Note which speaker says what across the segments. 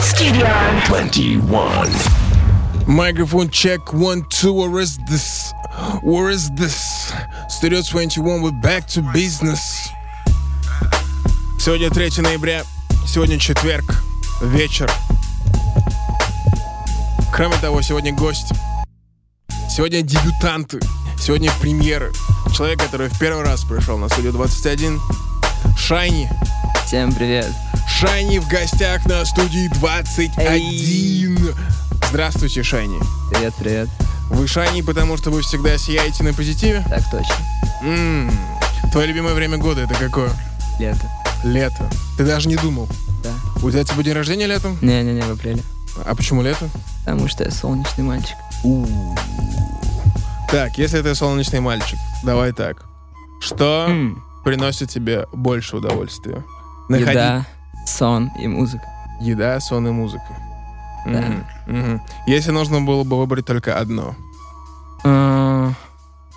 Speaker 1: Studio.
Speaker 2: 21.
Speaker 3: Microphone check one two. Where is this? Where is this? Studio 21, we're back to business. Сегодня 3 ноября, сегодня четверг, вечер. Кроме того, сегодня гость. Сегодня дебютанты, сегодня премьеры. Человек, который в первый раз пришел на студию 21, Шайни.
Speaker 4: Всем привет.
Speaker 3: Шайни в гостях на студии 21. Здравствуйте, Шайни.
Speaker 4: Привет, привет.
Speaker 3: Вы Шайни, потому что вы всегда сияете на позитиве?
Speaker 4: Так точно.
Speaker 3: М, Твое любимое время года это какое?
Speaker 4: Лето.
Speaker 3: Лето. Ты даже не думал.
Speaker 4: Да.
Speaker 3: У тебя типа день рождения летом?
Speaker 4: Не-не-не, в апреле.
Speaker 3: А почему лето?
Speaker 4: Потому что я солнечный мальчик.
Speaker 3: Так, если ты солнечный мальчик, давай так. Что
Speaker 4: М,
Speaker 3: приносит тебе больше удовольствия? Находи-
Speaker 4: Еда, сон и музыка.
Speaker 3: Еда, сон и музыка.
Speaker 4: Да.
Speaker 3: Мгм, мгм. Если нужно было бы выбрать только одно.
Speaker 4: А,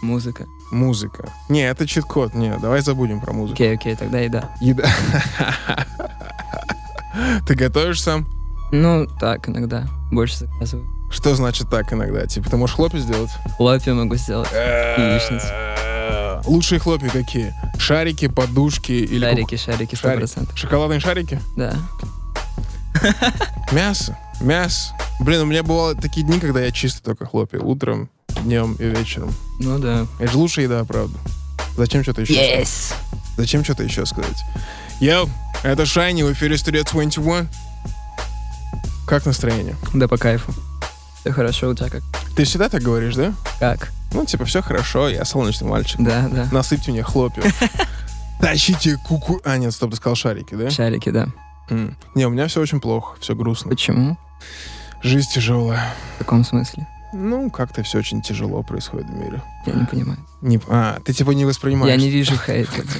Speaker 4: Музыка.
Speaker 3: Музыка. Не, это чит-код. Не, давай забудем про музыку.
Speaker 4: Окей, окей, тогда еда.
Speaker 3: Еда. Ты готовишь сам?
Speaker 4: Ну, так, иногда. Больше заказываю.
Speaker 3: Что значит так иногда? Типа, ты можешь хлопья сделать?
Speaker 4: Хлопья могу сделать.
Speaker 3: Э,
Speaker 4: Яичницу.
Speaker 3: Лучшие хлопья какие? Шарики, подушки или...
Speaker 4: Шарики, шарики, сто
Speaker 3: Шарики.
Speaker 4: процентов.
Speaker 3: кук- Шоколадные шарики?
Speaker 4: Да.
Speaker 3: Мясо. Мясо. Блин, у меня бывали такие дни, когда я чисто только хлопья. Утром, днем и вечером.
Speaker 4: Ну да.
Speaker 3: Это же лучшая еда, правда. Зачем что-то еще? сказать?
Speaker 4: Yes!
Speaker 3: Зачем что-то еще сказать? Йоу, это Шайни, в эфире Studio 21. Как настроение?
Speaker 4: Да по кайфу. Все хорошо у тебя как?
Speaker 3: Ты всегда так говоришь, да?
Speaker 4: Как?
Speaker 3: Ну, типа, все хорошо, я солнечный мальчик.
Speaker 4: Да, да.
Speaker 3: Насыпьте мне хлопья. Тащите куку... А, нет, стоп, ты сказал шарики, да?
Speaker 4: Шарики, да.
Speaker 3: М. Не, у меня все очень плохо, все грустно.
Speaker 4: Почему?
Speaker 3: Жизнь тяжелая.
Speaker 4: В каком смысле?
Speaker 3: Ну, как-то все очень тяжело происходит в мире.
Speaker 4: Я не понимаю.
Speaker 3: Не- А, ты типа не воспринимаешь.
Speaker 4: Я не вижу хейт. этого.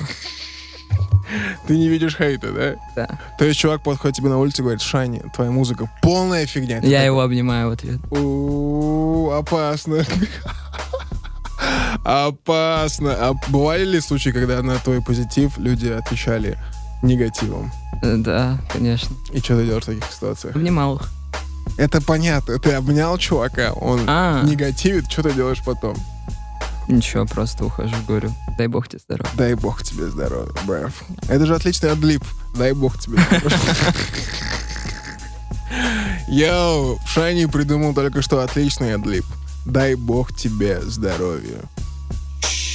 Speaker 3: Ты не видишь хейта, да?
Speaker 4: Да.
Speaker 3: То есть чувак подходит тебе на улице и говорит, Шани, твоя музыка полная фигня. Ты
Speaker 4: Я его обнимаю в ответ.
Speaker 3: У, опасно. Опасно. А бывали ли случаи, когда на твой позитив люди отвечали негативом?
Speaker 4: Э, Да, конечно.
Speaker 3: И что ты делаешь в таких ситуациях?
Speaker 4: Обнимал их.
Speaker 3: Это понятно. Ты обнял чувака, он
Speaker 4: А,
Speaker 3: негативит, что ты делаешь потом?
Speaker 4: ничего, просто ухожу, говорю. Дай бог тебе здоровья.
Speaker 3: Дай бог тебе здоровья, брав. Это же отличный адлип. Дай бог тебе здоровья. Йоу, Шани придумал только что отличный адлип. Дай бог тебе здоровья.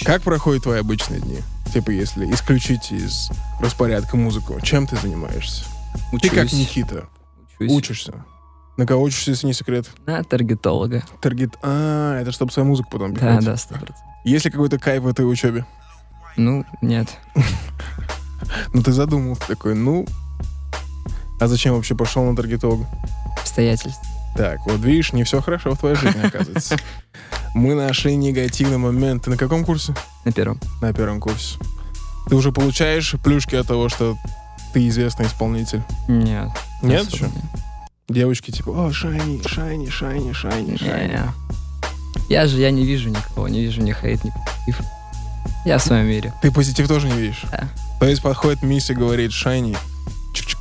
Speaker 3: Как проходят твои обычные дни? Типа, если исключить из распорядка музыку, чем ты занимаешься? Ты как Никита,
Speaker 4: Учусь.
Speaker 3: учишься. На кого учишься, если не секрет?
Speaker 4: На таргетолога.
Speaker 3: Таргет... А, это чтобы свою музыку потом
Speaker 4: Да,
Speaker 3: пихать.
Speaker 4: да, сто процентов.
Speaker 3: Есть ли какой-то кайф в этой учебе?
Speaker 4: Ну, нет.
Speaker 3: Ну ты задумался такой, ну... А зачем вообще пошел на таргетолога?
Speaker 4: Обстоятельств.
Speaker 3: Так, вот видишь, не все хорошо в твоей жизни, оказывается. Мы нашли негативный момент. Ты на каком курсе?
Speaker 4: На первом.
Speaker 3: На первом курсе. Ты уже получаешь плюшки от того, что ты известный исполнитель.
Speaker 4: Нет.
Speaker 3: Нет
Speaker 4: особо
Speaker 3: еще? Девочки типа, о, Шайни, Шайни, Шайни, Шайни,
Speaker 4: нет.
Speaker 3: Шайни.
Speaker 4: Не-не. Я же, я не вижу никого, не вижу ни хейт, ни позитив. Я в своем мире.
Speaker 3: Ты позитив тоже не видишь?
Speaker 4: Да.
Speaker 3: То есть подходит мисс и говорит, Шайни, чик-чик.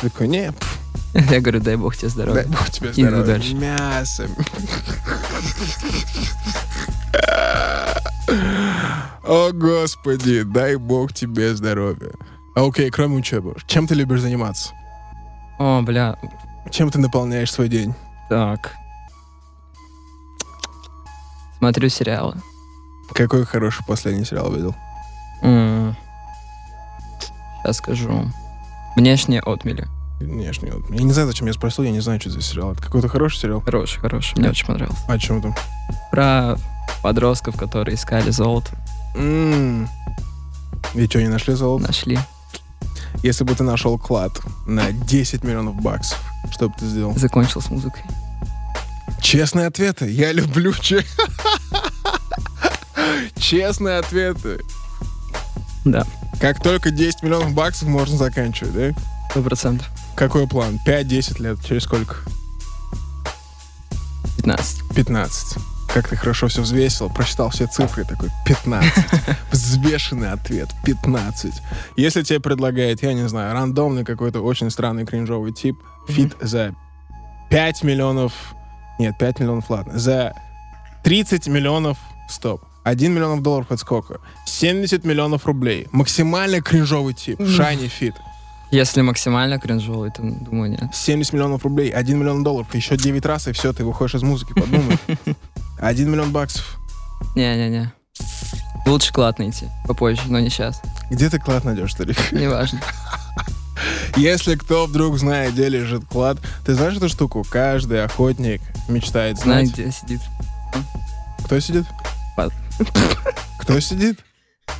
Speaker 3: Ты такой, не, пф,
Speaker 4: Я говорю, дай бог тебе здоровья.
Speaker 3: Дай бог тебе
Speaker 4: Иду
Speaker 3: здоровья.
Speaker 4: дальше.
Speaker 3: Мясо. О, господи, дай бог тебе здоровья. А, Окей, кроме учебы, чем ты любишь заниматься?
Speaker 4: О, бля,
Speaker 3: Чем ты наполняешь свой день?
Speaker 4: так. Смотрю сериалы.
Speaker 3: Какой хороший последний сериал видел?
Speaker 4: Сейчас скажу. Внешние отмели.
Speaker 3: Внешне. вот. Я не знаю, зачем я спросил, я не знаю, что это за сериал. Это какой-то хороший сериал? А
Speaker 4: Хороший, хороший. Мне очень понравился.
Speaker 3: О чем там?
Speaker 4: Про подростков, которые искали золото.
Speaker 3: М. И что, М-м. не нашли золото?
Speaker 4: Нашли.
Speaker 3: Если бы ты нашел клад на 10 миллионов баксов, что бы ты сделал?
Speaker 4: Закончил с музыкой.
Speaker 3: Честные ответы. Я люблю че- честные ответы.
Speaker 4: Да,
Speaker 3: Как только 10 миллионов баксов можно заканчивать, да?
Speaker 4: сто процентов.
Speaker 3: Какой план? 5-10 лет. Через сколько?
Speaker 4: 15.
Speaker 3: 15. Как ты хорошо все взвесил, прочитал все цифры, такой 15. Взвешенный ответ, 15. Если тебе предлагает, я не знаю, рандомный какой-то очень странный кринжовый тип, фит за 5 миллионов... Нет, 5 миллионов, ладно. За 30 миллионов... Стоп. 1 миллионов долларов от сколько? 70 миллионов рублей. Максимально кринжовый тип. Шайни фит.
Speaker 4: Если максимально кринжовый, то, думаю, нет.
Speaker 3: 70 миллионов рублей, 1 миллион долларов, еще 9 раз, и все, ты выходишь из музыки, подумай. 1 миллион баксов.
Speaker 4: Не-не-не. Лучше клад найти попозже, но не сейчас.
Speaker 3: Где ты клад найдешь, старик?
Speaker 4: Неважно.
Speaker 3: Если кто вдруг знает, где лежит клад, ты знаешь эту штуку? Каждый охотник мечтает
Speaker 4: Знаю,
Speaker 3: знать.
Speaker 4: где сидит.
Speaker 3: Кто сидит?
Speaker 4: Пад-
Speaker 3: Кто сидит? Ну,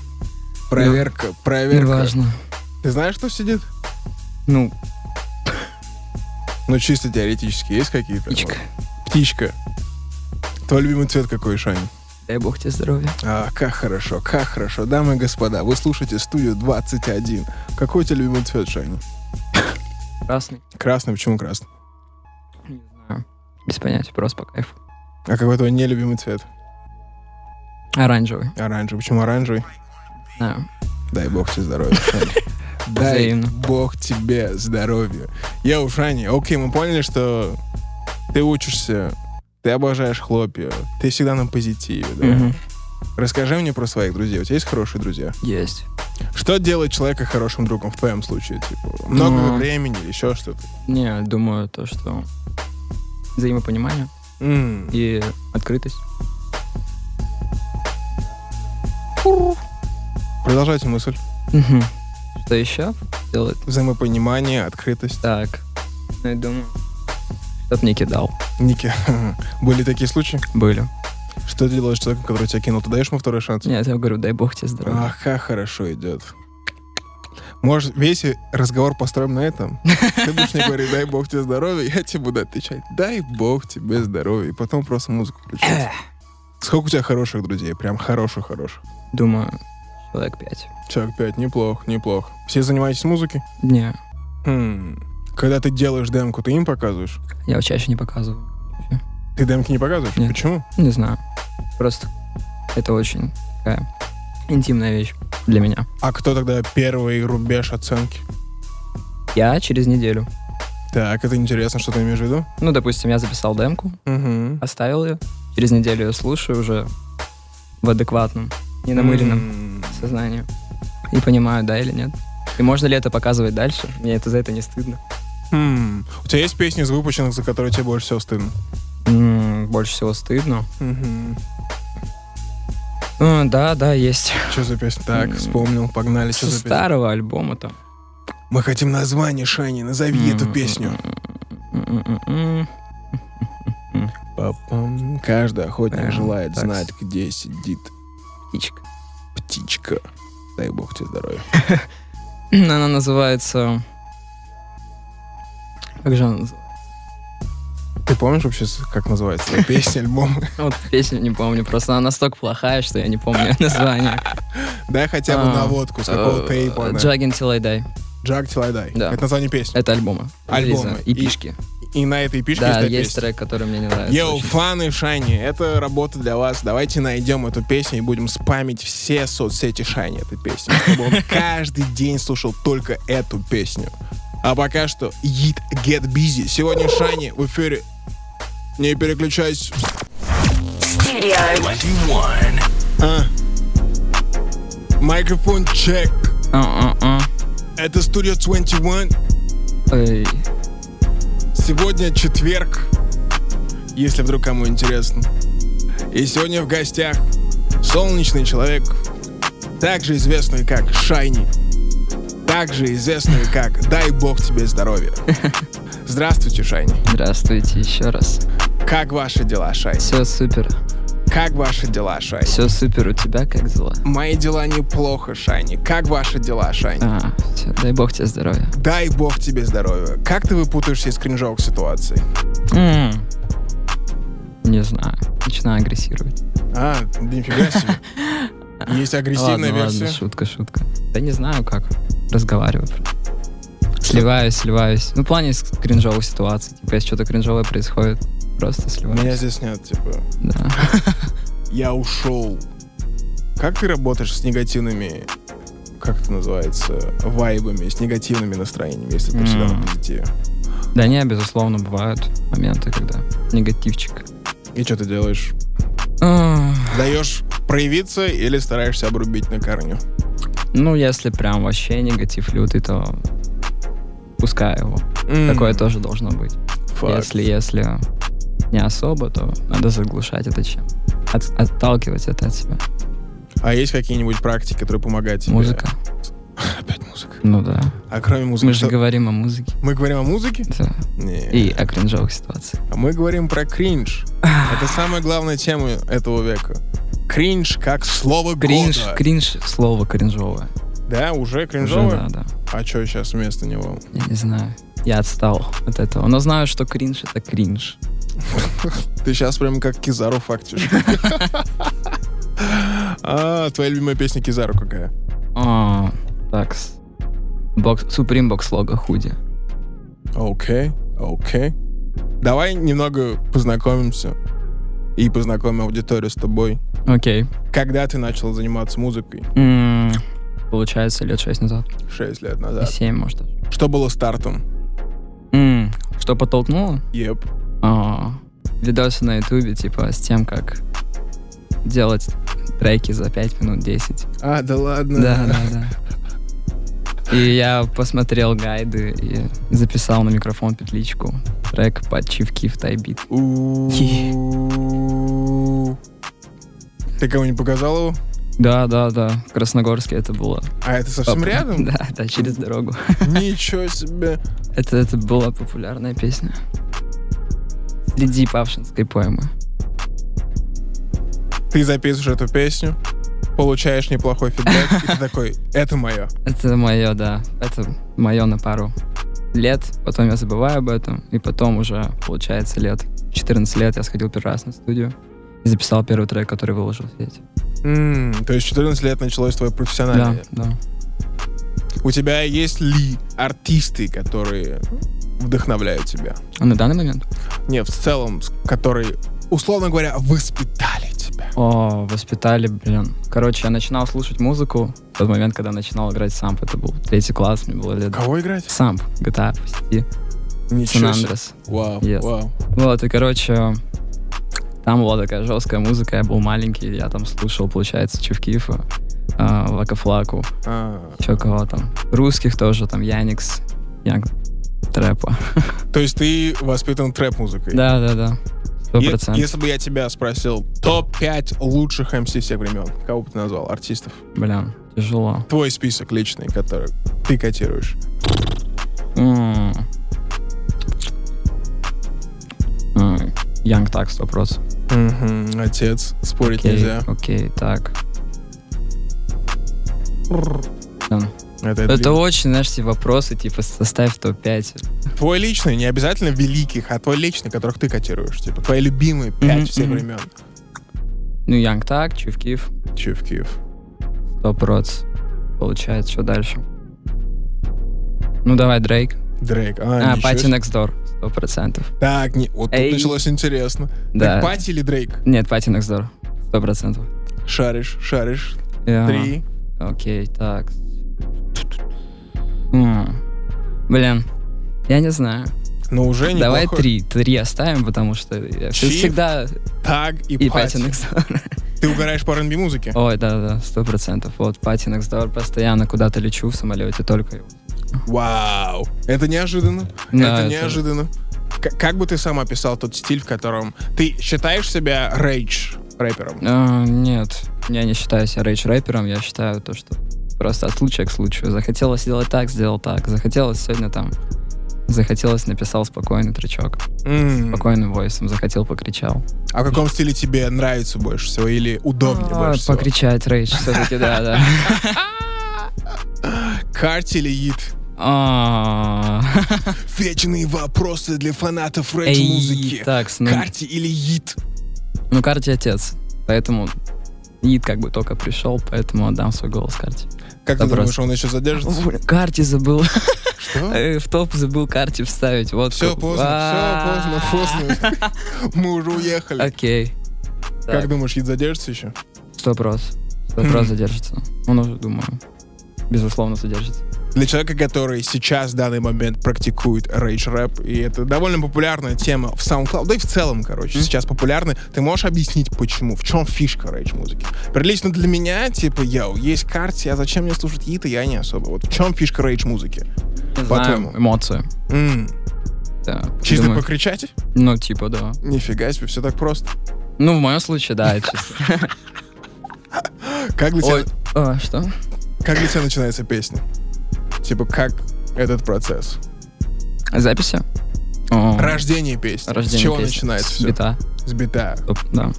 Speaker 3: Проверка, проверка.
Speaker 4: Неважно.
Speaker 3: Ты знаешь, кто сидит?
Speaker 4: Ну,
Speaker 3: Ну, чисто теоретически есть какие-то?
Speaker 4: птичка.
Speaker 3: Вот. Птичка. Твой любимый цвет какой, Шань?
Speaker 4: Дай бог тебе здоровья.
Speaker 3: А, как хорошо, как хорошо. Дамы и господа, вы слушаете студию 21. Какой у тебя любимый цвет, Шайни?
Speaker 4: Красный.
Speaker 3: Красный, почему красный?
Speaker 4: Не знаю. Без понятия, просто по кайфу.
Speaker 3: А какой твой нелюбимый цвет?
Speaker 4: Оранжевый.
Speaker 3: Оранжевый. Почему оранжевый?
Speaker 4: Не знаю.
Speaker 3: Дай бог тебе здоровья, Шайни. Дай
Speaker 4: Взаимно.
Speaker 3: бог тебе здоровья. Я у Шайни. Окей, мы поняли, что ты учишься, ты обожаешь хлопья, ты всегда на позитиве. да?
Speaker 4: Мгм.
Speaker 3: Расскажи мне про своих друзей. У тебя есть хорошие друзья?
Speaker 4: Есть.
Speaker 3: Что делает человека хорошим другом в твоем случае? Типа, много
Speaker 4: Ну.
Speaker 3: времени или еще что-то?
Speaker 4: Не, думаю, то, что взаимопонимание
Speaker 3: М.
Speaker 4: и открытость.
Speaker 3: Продолжайте мысль.
Speaker 4: Мгм. Что еще делает?
Speaker 3: Взаимопонимание, открытость.
Speaker 4: Так. Ну, я думаю, чтоб не кидал.
Speaker 3: Ники, были такие случаи?
Speaker 4: Были.
Speaker 3: Что ты делаешь с человеком, который тебя кинул? Ты даешь ему второй шанс?
Speaker 4: Нет, я говорю, дай бог тебе здоровья.
Speaker 3: Ах, как хорошо идет. Может, весь разговор построим на этом? Ты будешь мне говорить, дай бог тебе здоровья, я тебе буду отвечать, дай бог тебе здоровья. И потом просто музыку включать. Сколько у тебя хороших друзей? Прям хороших-хороших.
Speaker 4: Думаю, человек пять.
Speaker 3: Человек пять, неплохо, неплохо. Все занимаетесь музыкой?
Speaker 4: Не,
Speaker 3: Хм. Когда ты делаешь демку, ты им показываешь?
Speaker 4: я его чаще не показываю.
Speaker 3: Ты демки не показываешь?
Speaker 4: Нет.
Speaker 3: Почему?
Speaker 4: Не знаю. Просто это очень такая интимная вещь для меня.
Speaker 3: А кто тогда первый рубеж оценки?
Speaker 4: Я через неделю.
Speaker 3: Так, это интересно, что ты имеешь в виду?
Speaker 4: Ну, допустим, я записал демку,
Speaker 3: Угу.
Speaker 4: оставил ее. Через неделю ее слушаю уже в адекватном, ненамыленном сознании. И понимаю, да или нет. И можно ли это показывать дальше? Мне это за это не стыдно.
Speaker 3: У тебя есть песни из выпущенных, за которые тебе больше всего стыдно?
Speaker 4: М, больше всего стыдно.
Speaker 3: Угу.
Speaker 4: А, да, да, есть.
Speaker 3: Что за песня? Так, вспомнил, погнали. Что
Speaker 4: Со
Speaker 3: за песня?
Speaker 4: старого альбома там.
Speaker 3: Мы хотим название, Шани, назови эту
Speaker 4: М,
Speaker 3: песню.
Speaker 4: м, м, м, м.
Speaker 3: Папам. Каждый охотник
Speaker 4: Прям
Speaker 3: желает
Speaker 4: так.
Speaker 3: знать, где сидит
Speaker 4: Птичка.
Speaker 3: птичка. Дай бог тебе здоровья.
Speaker 4: Она называется... Как же она называется?
Speaker 3: Ты помнишь вообще, как называется эта песня, альбом?
Speaker 4: Вот песню не помню, просто она настолько плохая, что я не помню название.
Speaker 3: Дай хотя бы
Speaker 4: А,
Speaker 3: наводку, с какого
Speaker 4: Э,
Speaker 3: тейпа она.
Speaker 4: Jug Until I Die.
Speaker 3: Джаг Тилайдай.
Speaker 4: Да.
Speaker 3: Это название песни.
Speaker 4: Это альбомы.
Speaker 3: Альбомы.
Speaker 4: Релиза.
Speaker 3: И-
Speaker 4: И пишки.
Speaker 3: И на этой пишке
Speaker 4: Да,
Speaker 3: есть эта
Speaker 4: есть
Speaker 3: песня.
Speaker 4: трек, который мне не нравится.
Speaker 3: Йоу,
Speaker 4: очень.
Speaker 3: фаны Шайни, это работа для вас. Давайте найдем эту песню и будем спамить все соцсети Шайни этой песни, чтобы он каждый день слушал только эту песню. А пока что Eat Get Busy. Сегодня Шайни в эфире. Не переключайся. А. Микрофон чек.
Speaker 4: А, а,
Speaker 3: Это студия 21.
Speaker 4: а. Эй,
Speaker 3: Сегодня четверг, если вдруг кому интересно. И сегодня в гостях солнечный человек, также известный как Шайни, также известный как «Дай бог тебе здоровья». Здравствуйте, Шайни.
Speaker 4: Здравствуйте еще раз.
Speaker 3: Как ваши дела, Шайни?
Speaker 4: Все супер.
Speaker 3: Как ваши дела, Шайни?
Speaker 4: Все супер. У тебя как дела?
Speaker 3: Мои дела неплохо, Шайни. Как ваши дела, Шайни?
Speaker 4: А, всё, дай бог тебе здоровья.
Speaker 3: Дай бог тебе здоровья. Как ты выпутаешься из кринжовых ситуаций?
Speaker 4: М. Не знаю. Начинаю агрессировать.
Speaker 3: А, да нифига себе. Есть агрессивная
Speaker 4: ладно,
Speaker 3: версия.
Speaker 4: Ладно, шутка, шутка. Да не знаю, как. Разговариваю. просто. Сливаюсь, сливаюсь. Ну, в плане с- кринжовых ситуаций. Типа, если что-то кринжовое происходит, просто сливаюсь.
Speaker 3: Меня здесь нет, типа.
Speaker 4: Да.
Speaker 3: Я ушел. Как ты работаешь с негативными, как это называется, вайбами, с негативными настроениями, если ты всегда на
Speaker 4: М.
Speaker 3: позитиве?
Speaker 4: Да не, безусловно, бывают моменты, когда негативчик.
Speaker 3: И что ты делаешь?
Speaker 4: Ах,
Speaker 3: Даешь проявиться или стараешься обрубить на корню?
Speaker 4: Ну, если прям вообще негатив лютый, то пускай его. Такое тоже должно быть.
Speaker 3: Факт.
Speaker 4: Если, если не особо, то надо заглушать это чем? От- отталкивать это от себя.
Speaker 3: А есть какие-нибудь практики, которые помогают тебе?
Speaker 4: Музыка.
Speaker 3: Опять музыка.
Speaker 4: Ну да.
Speaker 3: А кроме музыки,
Speaker 4: Мы же
Speaker 3: что-
Speaker 4: говорим о музыке.
Speaker 3: мы говорим о музыке?
Speaker 4: Да.
Speaker 3: Не.
Speaker 4: И о кринжовых ситуациях.
Speaker 3: А Мы говорим про кринж. Это самая главная тема этого века. Кринж как слово
Speaker 4: Кринж,
Speaker 3: года.
Speaker 4: кринж, слово кринжовое.
Speaker 3: Да, уже
Speaker 4: Уже, да,
Speaker 3: кринжовое?
Speaker 4: да.
Speaker 3: А что сейчас вместо него?
Speaker 4: Я не знаю. Я отстал от этого. Но знаю, что кринж это кринж.
Speaker 3: Ты сейчас прям как Кизару фактишь. А, твоя любимая песня Кизару какая?
Speaker 4: А, так. с- Бокс, Supreme Box Logo худи.
Speaker 3: Окей, окей. Давай немного познакомимся и познакомим аудиторию с тобой.
Speaker 4: Окей.
Speaker 3: Когда ты начал заниматься музыкой?
Speaker 4: М, Получается, лет шесть назад.
Speaker 3: Шесть лет
Speaker 4: И
Speaker 3: назад.
Speaker 4: семь, может, даже.
Speaker 3: Что было стартом?
Speaker 4: М, Что подтолкнуло?
Speaker 3: Еп.
Speaker 4: А, Видосы на ютубе, типа, с тем, как делать треки за 5 минут 10.
Speaker 3: А, да ладно.
Speaker 4: Да, да, да. И я посмотрел гайды и записал на микрофон петличку. Трек под чивки в тайбит.
Speaker 3: У. Ты кому не показал его?
Speaker 4: Да, да, да. В Красногорске это было.
Speaker 3: А это совсем
Speaker 4: Поп-
Speaker 3: рядом?
Speaker 4: Да, да, через дорогу.
Speaker 3: Ничего себе.
Speaker 4: Это, это была популярная песня. Среди павшинской поэмы.
Speaker 3: Ты записываешь эту песню, получаешь неплохой фидбэк, и ты такой, это мое.
Speaker 4: Это мое, да. Это мое на пару лет. Потом я забываю об этом. И потом уже, получается, лет 14 лет я сходил первый раз на студию и записал первый трек, который выложил в сеть.
Speaker 3: М, То есть 14 лет началось твое
Speaker 4: Да,
Speaker 3: профессиональное.
Speaker 4: да.
Speaker 3: У тебя есть ли артисты, которые вдохновляют тебя?
Speaker 4: А на данный момент?
Speaker 3: Не, в целом, с- которые, условно говоря, воспитали тебя.
Speaker 4: О, воспитали, блин. Короче, я начинал слушать музыку в тот момент, когда начинал играть самп. Это был третий класс, мне было лет...
Speaker 3: Кого играть?
Speaker 4: Самп, GTA, почти.
Speaker 3: Ничего
Speaker 4: San
Speaker 3: себе.
Speaker 4: Andreas.
Speaker 3: Вау,
Speaker 4: Yes.
Speaker 3: вау.
Speaker 4: Вот, и, короче, там была такая жесткая музыка, я был маленький, я там слушал, получается, Чевкифа, э, Вакафлаку,
Speaker 3: А.
Speaker 4: еще кого там. Русских тоже, там, Яникс, Янг Трэпа.
Speaker 3: То есть ты воспитан трэп-музыкой?
Speaker 4: Да-да-да, сто
Speaker 3: Е-
Speaker 4: процентов.
Speaker 3: Если бы я тебя спросил топ-5 лучших МС всех времен, кого бы ты назвал? Артистов.
Speaker 4: Блин, тяжело.
Speaker 3: Твой список личный, который ты котируешь.
Speaker 4: М. М, Янг так, сто процентов.
Speaker 3: Мгм, Отец. Спорить
Speaker 4: Окей,
Speaker 3: нельзя.
Speaker 4: Окей, так. Блин.
Speaker 3: Это,
Speaker 4: Это
Speaker 3: длинно.
Speaker 4: очень, знаешь, все вопросы, типа, составь топ-5.
Speaker 3: Твой личный, не обязательно великих, а твой личный, которых ты котируешь. Типа твои любимые 5
Speaker 4: Мгм,
Speaker 3: всех
Speaker 4: мгм.
Speaker 3: времен.
Speaker 4: Ну, Янг так, Чевкиф,
Speaker 3: Че в Киев.
Speaker 4: Топ Ротс. Получается, что дальше? Ну давай, Дрейк.
Speaker 3: Дрейк.
Speaker 4: А,
Speaker 3: А, ничего
Speaker 4: Пати
Speaker 3: себе.
Speaker 4: Next Door, сто процентов.
Speaker 3: Так, не, вот тут
Speaker 4: Эй.
Speaker 3: началось интересно. Так
Speaker 4: Да.
Speaker 3: Пати или Дрейк?
Speaker 4: Нет, Пати Next Door, сто процентов.
Speaker 3: Шаришь, шаришь.
Speaker 4: Я-
Speaker 3: Три.
Speaker 4: Окей, так. М. Блин, я не знаю.
Speaker 3: Но уже не
Speaker 4: Давай три, три оставим, потому что я
Speaker 3: Чиф
Speaker 4: всегда
Speaker 3: Таг и,
Speaker 4: и Пати
Speaker 3: Пати.
Speaker 4: Next Door.
Speaker 3: Ты угораешь по R&B музыке?
Speaker 4: Ой, да-да, сто процентов. Вот, Пати Next Door, постоянно куда-то лечу в самолете, только его.
Speaker 3: Вау! Это неожиданно.
Speaker 4: Да,
Speaker 3: это
Speaker 4: это-
Speaker 3: неожиданно. К- Как бы ты сам описал тот стиль, в котором ты считаешь себя рейдж рэпером?
Speaker 4: А, Нет, я не считаю себя рейдж-рэпером, я считаю то, что просто от случая к случаю. Захотелось сделать так, сделал так. Захотелось сегодня там, захотелось написал спокойный тречок,
Speaker 3: М.
Speaker 4: спокойным войсом, захотел покричал.
Speaker 3: А в каком стиле тебе нравится больше всего или удобнее
Speaker 4: А,
Speaker 3: больше всего?
Speaker 4: покричать рейдж все-таки, да, да.
Speaker 3: Карти или Ит?
Speaker 4: А,
Speaker 3: Вечные вопросы для фанатов
Speaker 4: эй,
Speaker 3: рейдж-музыки.
Speaker 4: Так, ну,
Speaker 3: Карти или Ит?
Speaker 4: ну Карти отец, поэтому Ид как бы только пришел, поэтому отдам свой голос Карти.
Speaker 3: Как ты
Speaker 4: Вопрос.
Speaker 3: думаешь, он еще задержится?
Speaker 4: Карти забыл.
Speaker 3: Что?
Speaker 4: Э, В топ забыл карте вставить. Вот
Speaker 3: Все
Speaker 4: как-
Speaker 3: поздно,
Speaker 4: А.
Speaker 3: все поздно, поздно. Мы уже уехали.
Speaker 4: Окей.
Speaker 3: Как
Speaker 4: Так,
Speaker 3: думаешь, Ид задержится еще?
Speaker 4: Сто прос. Сто прос
Speaker 3: Мгм.
Speaker 4: задержится. Он уже, думаю, безусловно задержится.
Speaker 3: Для человека, который сейчас в данный момент практикует рейдж рэп, и это довольно популярная тема в SoundCloud, да и в целом, короче,
Speaker 4: Мгм.
Speaker 3: сейчас популярная, ты можешь объяснить, почему, в чем фишка рейдж музыки? Прилично для меня, типа, яу, есть карте, а зачем мне слушать Ита, я не особо. Вот в чем фишка рейдж музыки?
Speaker 4: Не
Speaker 3: По-твоему?
Speaker 4: знаю, эмоции.
Speaker 3: М,
Speaker 4: Да.
Speaker 3: Чисто
Speaker 4: Думаю,
Speaker 3: покричать?
Speaker 4: Ну, типа, да.
Speaker 3: Нифига себе, все так просто.
Speaker 4: Ну, в моем случае, да, это чисто.
Speaker 3: Как для,
Speaker 4: Ой,
Speaker 3: тебя,
Speaker 4: а, что?
Speaker 3: как для тебя начинается песня? Типа, как этот процесс?
Speaker 4: Записи? О,
Speaker 3: Рождение песни.
Speaker 4: рождение
Speaker 3: С чего
Speaker 4: песни.
Speaker 3: начинается
Speaker 4: С
Speaker 3: все?
Speaker 4: бита.
Speaker 3: С бита.
Speaker 4: Оп, да.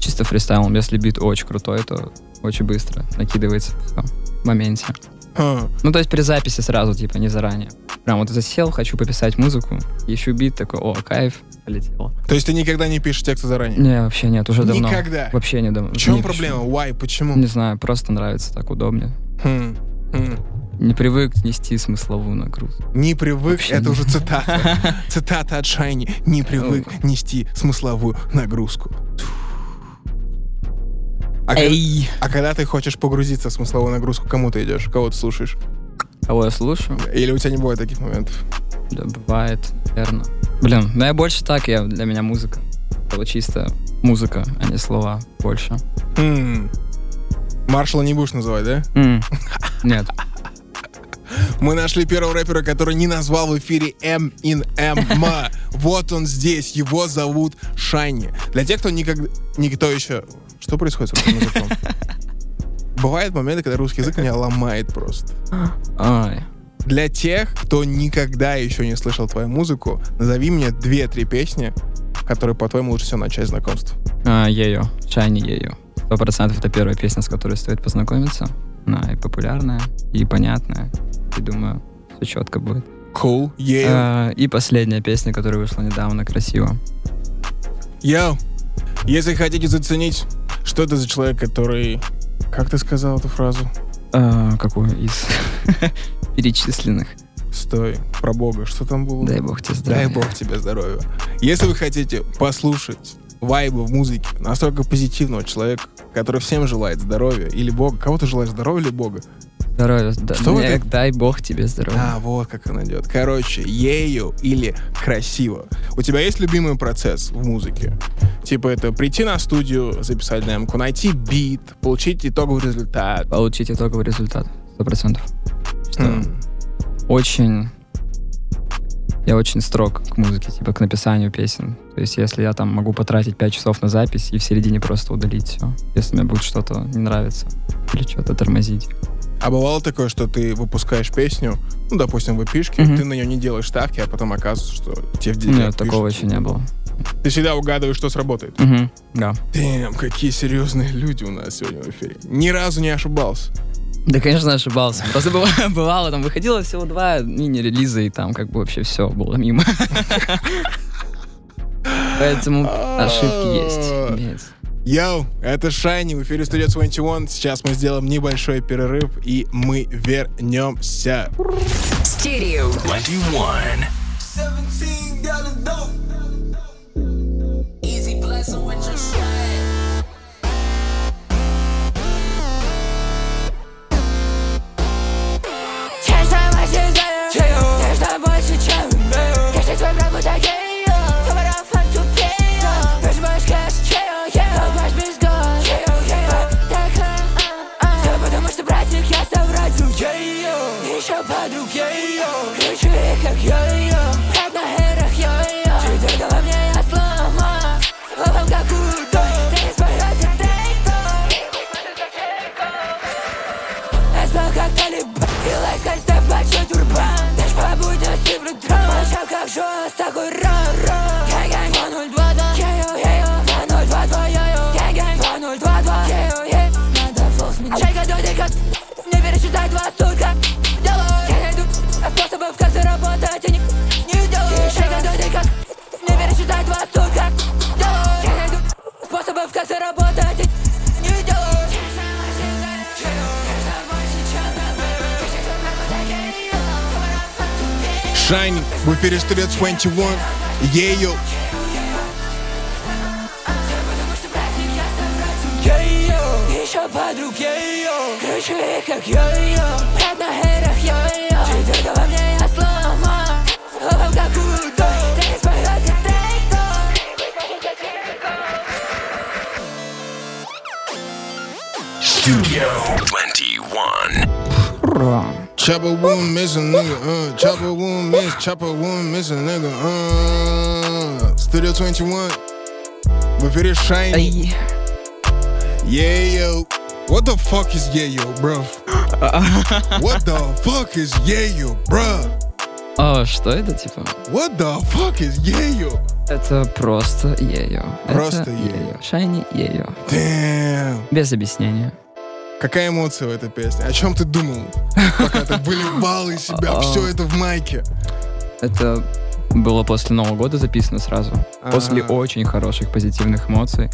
Speaker 4: Чисто фристайлом. Если бит очень крутой, то очень быстро накидывается всё в моменте.
Speaker 3: Ха.
Speaker 4: Ну, то есть при записи сразу, типа, не заранее. Прям вот засел, хочу пописать музыку, ищу бит, такой, о, кайф, полетело.
Speaker 3: То есть ты никогда не пишешь текста заранее?
Speaker 4: Не, вообще нет, уже давно.
Speaker 3: Никогда.
Speaker 4: Вообще не давно.
Speaker 3: В чем проблема? Why? Почему?
Speaker 4: Не знаю, просто нравится так удобнее.
Speaker 3: Хм, хм.
Speaker 4: Не привык нести смысловую нагрузку.
Speaker 3: Не привык,
Speaker 4: Вообще
Speaker 3: это
Speaker 4: не-
Speaker 3: уже цитата. Цитата от Шайни. Не привык нести смысловую нагрузку. А, ко-
Speaker 4: Эй!
Speaker 3: а когда ты хочешь погрузиться в смысловую нагрузку, кому ты идешь? Кого ты слушаешь?
Speaker 4: Кого я слушаю?
Speaker 3: Или у тебя не бывает таких моментов?
Speaker 4: Да, бывает, наверное. Блин, ну я больше так, я, для меня музыка. Это вот чисто музыка, а не слова больше.
Speaker 3: Хм. Маршала не будешь называть, да?
Speaker 4: М, Нет.
Speaker 3: Мы нашли первого рэпера, который не назвал в эфире М in M. Вот он здесь, его зовут Шайни. Для тех, кто никогда... Никто еще... Что происходит с русским языком? Бывают моменты, когда русский язык меня ломает просто.
Speaker 4: Ай.
Speaker 3: Для тех, кто никогда еще не слышал твою музыку, назови мне две-три песни, которые, по-твоему, лучше всего начать знакомство.
Speaker 4: А, Ею, Шайни Ею. Сто процентов это первая песня, с которой стоит познакомиться. Она и популярная, и понятная. И думаю, все четко будет.
Speaker 3: Cool. Yeah.
Speaker 4: А, и последняя песня, которая вышла недавно, красиво.
Speaker 3: Йоу, если хотите заценить, что это за человек, который... Как ты сказал эту фразу?
Speaker 4: А, какую из перечисленных.
Speaker 3: Стой, про бога, что там было?
Speaker 4: Дай бог тебе
Speaker 3: Дай
Speaker 4: здоровья.
Speaker 3: бог тебе здоровья. Если вы хотите послушать вайбы в музыке настолько позитивного человека, который всем желает здоровья или бога, кого ты желаешь, здоровья или бога?
Speaker 4: Здоровья. да-
Speaker 3: Что вы
Speaker 4: не, Дай бог тебе здоровья.
Speaker 3: А, вот как она идет. Короче, ею или красиво. У тебя есть любимый процесс в музыке? Типа это прийти на студию, записать демку, найти бит, получить итоговый результат.
Speaker 4: Получить итоговый результат. Сто процентов. Что
Speaker 3: М.
Speaker 4: очень... Я очень строг к музыке, типа к написанию песен. То есть если я там могу потратить 5 часов на запись и в середине просто удалить все, если мне будет что-то не нравиться или что-то тормозить.
Speaker 3: А бывало такое, что ты выпускаешь песню, ну, допустим, в эпишке,
Speaker 4: Мгм.
Speaker 3: ты на нее не делаешь ставки, а потом оказывается, что тебе в директ
Speaker 4: Нет,
Speaker 3: пишут,
Speaker 4: Ну, такого еще не было.
Speaker 3: Ты всегда угадываешь, что сработает.
Speaker 4: Мгм, Да.
Speaker 3: Дэм, какие серьезные люди у нас сегодня в эфире. Ни разу не ошибался.
Speaker 4: Да, конечно, ошибался. Просто бывало, бывало, там выходило всего два мини-релиза, и там как бы вообще все было мимо. Поэтому ошибки есть.
Speaker 3: А.
Speaker 4: имеются.
Speaker 3: Йоу, это Шайни, в эфире студия 21. Сейчас мы сделаем небольшой перерыв, и мы вернемся.
Speaker 1: Stereo.
Speaker 2: 21.
Speaker 5: Seventeen got a dope. Easy blessing with your side.
Speaker 6: Can't stop my shit better. Can't stop my shit trying. Can't stop my rebel that get up. Come on, I'm fun to pay up. Bitch, my cash, chill, yeah. Don't watch me score. Chill, yeah. Fuck that club, uh, uh. Всё потому что, братик, я совратил, yeah. И ещё подруг, yeah. Кручу их, как йо-йо. Как на херах, йо-йо. Чуть этого мне я сломал. Ломал, как удой. Ты не своё, ты take-off. Я знал, как талибан И лайкать став большой турбан Наш побудь на сибру дрон Молчал, как жёс, такой ран ран Гэнь-гэнь, 202 Её, её, 2022 Её, гэнь-гэнь, 2022 Её, её, надо флоу сменить Чайка, дойди, как Не пересчитай два, сука Делай Я найду способов, как заработать денег Не делай Чайка, дойди, как Не пересчитай два, сука Делай Я найду способов, как заработать денег Не делай Can't stop my shit better. Can't stop my shit trying. Can't stop my shit trying.
Speaker 3: Shining,
Speaker 6: Can't stop my shit trying.
Speaker 3: в эфире Studio 21, Ею.
Speaker 6: йо-йо Еще подруг йо-йо Ключевые как йо-йо Брат на херах йо-йо Ты только во мне я слома Ловом как удо Ты не споет и
Speaker 4: Ура.
Speaker 3: Chopper woman miss a nigga, uh. Chopper woman miss, chopper woman miss a nigga, uh. Studio 21, в эфире Shining,
Speaker 4: Ай.
Speaker 3: Yeyo. What the fuck is Yeyo, bro? What the fuck is Yeyo, bro?
Speaker 4: О, что это типа?
Speaker 3: What the fuck is Yeyo?
Speaker 4: Это просто ею.
Speaker 3: Просто
Speaker 4: Это
Speaker 3: её.
Speaker 4: Шайни ею.
Speaker 3: Damn.
Speaker 4: Без объяснения.
Speaker 3: Какая эмоция в этой песне? О чем ты думал, пока ты выливал из себя все это в майке?
Speaker 4: Это было после Нового года записано сразу.
Speaker 3: А.
Speaker 4: После
Speaker 3: Ага.
Speaker 4: очень хороших позитивных эмоций.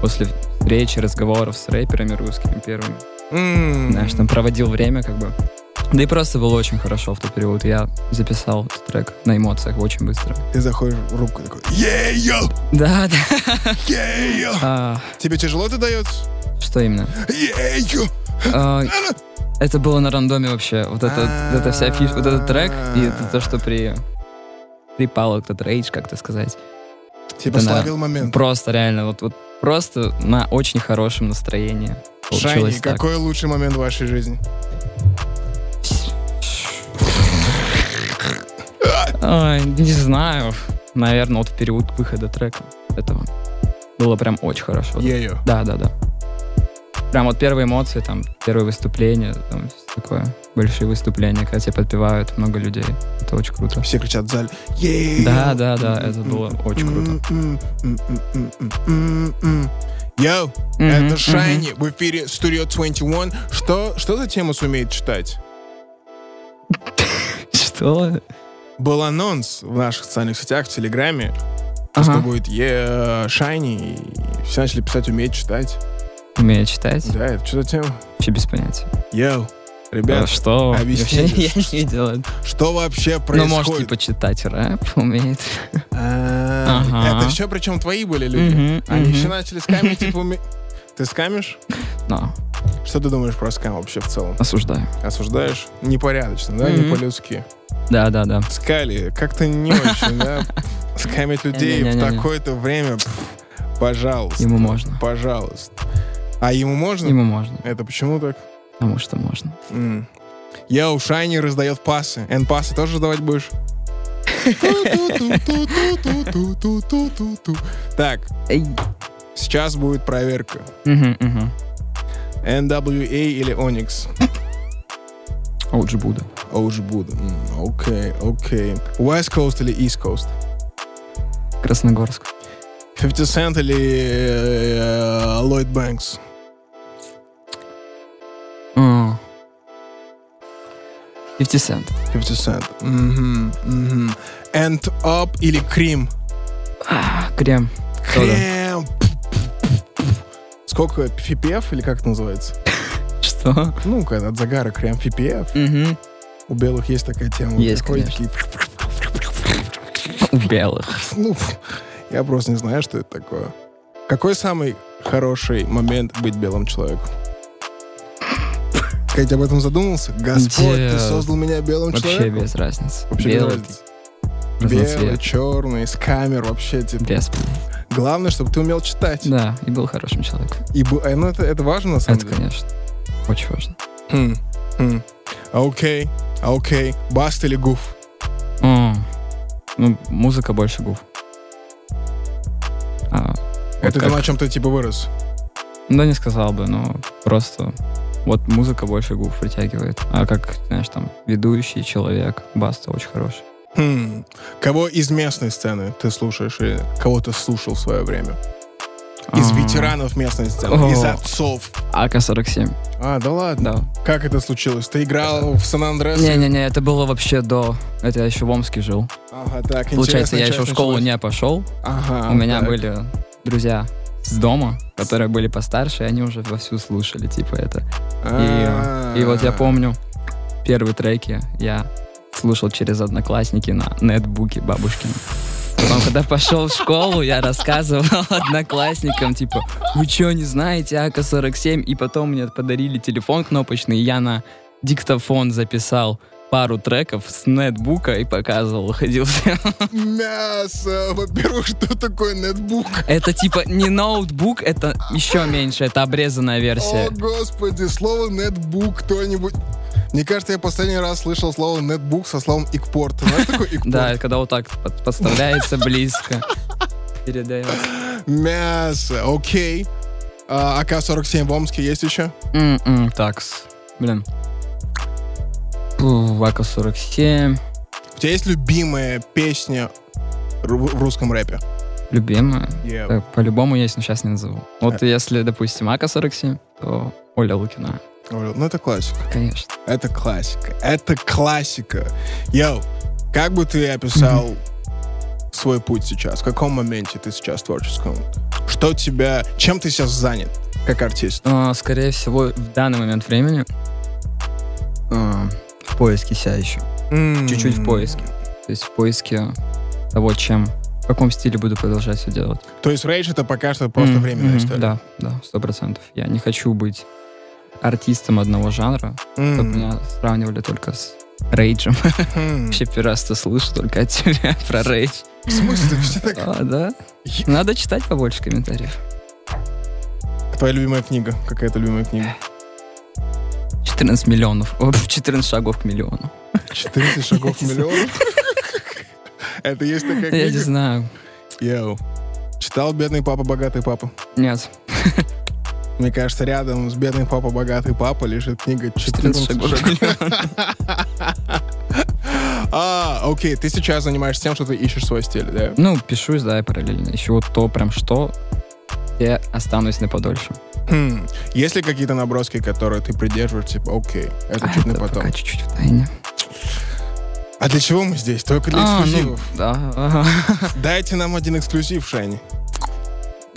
Speaker 4: После встречи, разговоров с рэперами русскими первыми.
Speaker 3: М.
Speaker 4: Знаешь, там проводил время как бы. Да и просто было очень хорошо в тот период. Я записал этот трек на эмоциях очень быстро.
Speaker 3: Ты заходишь в рубку такой, Её,
Speaker 4: Да, да.
Speaker 3: Её.
Speaker 4: А,
Speaker 3: Тебе тяжело это дается?
Speaker 4: что именно?
Speaker 3: Её.
Speaker 4: А, Это было на рандоме вообще. Вот это, вот эта вся фиш, вот этот трек и это то, что при припало этот рейдж, как это сказать.
Speaker 3: Типа
Speaker 4: Да, да.
Speaker 3: словил момент.
Speaker 4: Просто реально вот вот просто на очень хорошем настроении получилось
Speaker 3: Шайни,
Speaker 4: так.
Speaker 3: какой лучший момент в вашей жизни?
Speaker 4: Ай, А, не знаю, наверное, вот в период выхода трека этого было прям очень хорошо.
Speaker 3: Её.
Speaker 4: Да, да, да. Прям вот первые эмоции, там, первые выступления, там, всё такое, большие выступления, когда тебя подпевают, много людей. Это очень круто.
Speaker 3: Все кричат в зале. Её.
Speaker 4: Да, да, да, это было очень круто.
Speaker 3: Йоу,
Speaker 4: Мгм,
Speaker 3: это
Speaker 4: мгм.
Speaker 3: Шайни в эфире Studio 21. Что, что за тему сумеет читать?
Speaker 4: Что?
Speaker 3: Был анонс в наших социальных сетях, в Телеграме, что
Speaker 4: Ага.
Speaker 3: будет Е Шайни, и все начали писать «Умеет читать».
Speaker 4: Умею читать?
Speaker 3: Да, это что за тема?
Speaker 4: Вообще без понятия.
Speaker 3: Йоу,
Speaker 4: А
Speaker 3: ребят,
Speaker 4: что?
Speaker 3: объясни.
Speaker 4: Вообще Я не делаю.
Speaker 3: что вообще
Speaker 4: Ну,
Speaker 3: происходит?
Speaker 4: может, типа читать рэп умеет.
Speaker 3: А,
Speaker 4: Ага.
Speaker 3: Это все причем твои были люди.
Speaker 4: Мгм,
Speaker 3: Они
Speaker 4: мгм.
Speaker 3: еще начали скамить, типа, уме- ты скамишь?
Speaker 4: Но
Speaker 3: Что ты думаешь про скам вообще в целом?
Speaker 4: осуждаю.
Speaker 3: Осуждаешь? Непорядочно, да?
Speaker 4: Мгм.
Speaker 3: Не по-людски.
Speaker 4: Да, да, да.
Speaker 3: Скали, как-то не очень, да? Скамить людей в
Speaker 4: Не-не-не-не.
Speaker 3: такое-то время, пф, пожалуйста.
Speaker 4: Ему можно.
Speaker 3: Пожалуйста. А ему можно?
Speaker 4: Ему можно.
Speaker 3: Это почему так?
Speaker 4: Потому что можно.
Speaker 3: М. Я у Шайни раздает пасы. Н пасы тоже раздавать будешь? Так,
Speaker 4: Эй.
Speaker 3: сейчас будет проверка.
Speaker 4: Мгм, мгм.
Speaker 3: NWA или Onyx?
Speaker 4: Оуджи Буда.
Speaker 3: О, уж буду. М, Окей, окей. West Coast или East Coast?
Speaker 4: Красногорск.
Speaker 3: 50 Cent или э, Lloyd Banks?
Speaker 4: М. 50 Cent.
Speaker 3: 50 Cent. Мгм, мгм. End Up или Cream?
Speaker 4: А, Крем. Кто да?
Speaker 3: Крем! Сколько? FPF или как это называется?
Speaker 4: Что?
Speaker 3: Ну, когда от загара крем FPF.
Speaker 4: Мгм.
Speaker 3: У белых есть такая тема.
Speaker 4: Есть,
Speaker 3: Приходят
Speaker 4: конечно.
Speaker 3: такие,
Speaker 4: У белых.
Speaker 3: Ну, ф, я просто не знаю, что это такое. Какой самый хороший момент быть белым человеком? Кать, об этом задумался? Господь, ты
Speaker 4: Да.
Speaker 3: создал меня белым
Speaker 4: Вообще
Speaker 3: человеком?
Speaker 4: без разницы.
Speaker 3: Вообще без
Speaker 4: Белый,
Speaker 3: разницы. Белый,
Speaker 4: разноцвет.
Speaker 3: черный, с камер вообще, типа.
Speaker 4: Без.
Speaker 3: Главное, чтобы ты умел читать.
Speaker 4: Да, и был хорошим человеком.
Speaker 3: И, бу- э, ну, это, это важно, на самом
Speaker 4: Это,
Speaker 3: деле.
Speaker 4: конечно, очень важно.
Speaker 3: Хм, хм. Окей, а окей. Баст или гуф?
Speaker 4: М. Ну, музыка больше гуф. А, вот
Speaker 3: это
Speaker 4: как-
Speaker 3: то, на чем ты, типа, вырос.
Speaker 4: Да не сказал бы, но просто вот музыка больше гуф притягивает. А как, знаешь, там, ведущий человек, баста очень хороший.
Speaker 3: Хм. Кого из местной сцены ты слушаешь или кого ты слушал в свое время? Из
Speaker 4: А,
Speaker 3: ветеранов местной сцены,
Speaker 4: О.
Speaker 3: из отцов.
Speaker 4: АК-47,
Speaker 3: А, да ладно.
Speaker 4: да.
Speaker 3: Как это случилось? Ты играл в Сан-Андреас?
Speaker 4: Не-не-не, это было вообще до... Это я еще в Омске жил.
Speaker 3: Ага, так,
Speaker 4: Получается,
Speaker 3: интересная
Speaker 4: я еще в
Speaker 3: часть
Speaker 4: школу
Speaker 3: началась.
Speaker 4: не пошел.
Speaker 3: Ага,
Speaker 4: У меня
Speaker 3: А, так.
Speaker 4: были друзья с дома, которые были постарше, и они уже вовсю слушали, типа, это. И,
Speaker 3: А.
Speaker 4: и вот я помню первые треки я слушал через одноклассники на нетбуке бабушкина. Потом, когда пошел в школу, я рассказывал одноклассникам, типа, вы что, не знаете АК-47? И потом мне подарили телефон кнопочный, и я на диктофон записал пару треков с нетбука и показывал, ходил всем.
Speaker 3: Мясо! Во-первых, что такое нетбук?
Speaker 4: Это типа не ноутбук, это еще меньше, это обрезанная версия.
Speaker 3: О, господи, слово нетбук кто-нибудь... Мне кажется, я последний раз слышал слово нетбук со словом икпорт. Знаешь, такой икпорт?
Speaker 4: Да, это когда вот так под- подставляется близко. Передает.
Speaker 3: Мясо, окей. А, АК-47 в Омске есть еще?
Speaker 4: М-м, такс. Блин. АК-47.
Speaker 3: У тебя есть любимая песня ру- в русском рэпе?
Speaker 4: Любимая.
Speaker 3: Yeah.
Speaker 4: Так, по-любому есть, но сейчас не назову. Вот
Speaker 3: А.
Speaker 4: если, допустим, АК-47, то Оля Лукина.
Speaker 3: Ну, это классика.
Speaker 4: Конечно.
Speaker 3: Это классика. Это классика. Йоу, как бы ты описал свой путь сейчас? В каком моменте ты сейчас творческом? Что тебя... Чем ты сейчас занят как артист?
Speaker 4: А, скорее всего, в данный момент времени а, в поиске себя еще. Чуть-чуть в поиске. То есть в поиске того, чем, в каком стиле буду продолжать все делать.
Speaker 3: То есть рейдж это пока что просто
Speaker 4: М,
Speaker 3: временная
Speaker 4: мгм,
Speaker 3: история?
Speaker 4: Да, да, сто процентов. Я не хочу быть артистом одного жанра,
Speaker 3: М,
Speaker 4: чтобы меня сравнивали только с рейджем.
Speaker 3: м.
Speaker 4: Вообще первый раз ты слышу только от тебя про рейдж.
Speaker 3: В смысле? Все так...
Speaker 4: А, да? Надо читать побольше комментариев.
Speaker 3: Твоя любимая книга? Какая то любимая книга?
Speaker 4: 14 миллионов. О, 14 шагов к миллиону.
Speaker 3: 14 шагов
Speaker 4: не знаю.
Speaker 3: миллионов? Это есть такая
Speaker 4: Я не
Speaker 3: книга?
Speaker 4: знаю.
Speaker 3: Йоу. Читал «Бедный папа, богатый папа»?
Speaker 4: Нет,
Speaker 3: Мне кажется, рядом с «Бедный папа, богатый папа» лежит книга
Speaker 4: 14 шагов к миллиону.
Speaker 3: А, окей, ты сейчас занимаешься тем, что ты ищешь свой стиль, да?
Speaker 4: Ну, пишу, да, и параллельно. Еще вот то, прям что, я останусь на подольше.
Speaker 3: Хм. Есть ли какие-то наброски, которые ты придерживаешь, типа, окей, это
Speaker 4: А,
Speaker 3: чуть на
Speaker 4: это
Speaker 3: потом.
Speaker 4: Пока чуть-чуть в тайне.
Speaker 3: А для чего мы здесь? Только для
Speaker 4: А, ну,
Speaker 3: эксклюзивов.
Speaker 4: да. ага.
Speaker 3: Дайте нам один эксклюзив, Шайни.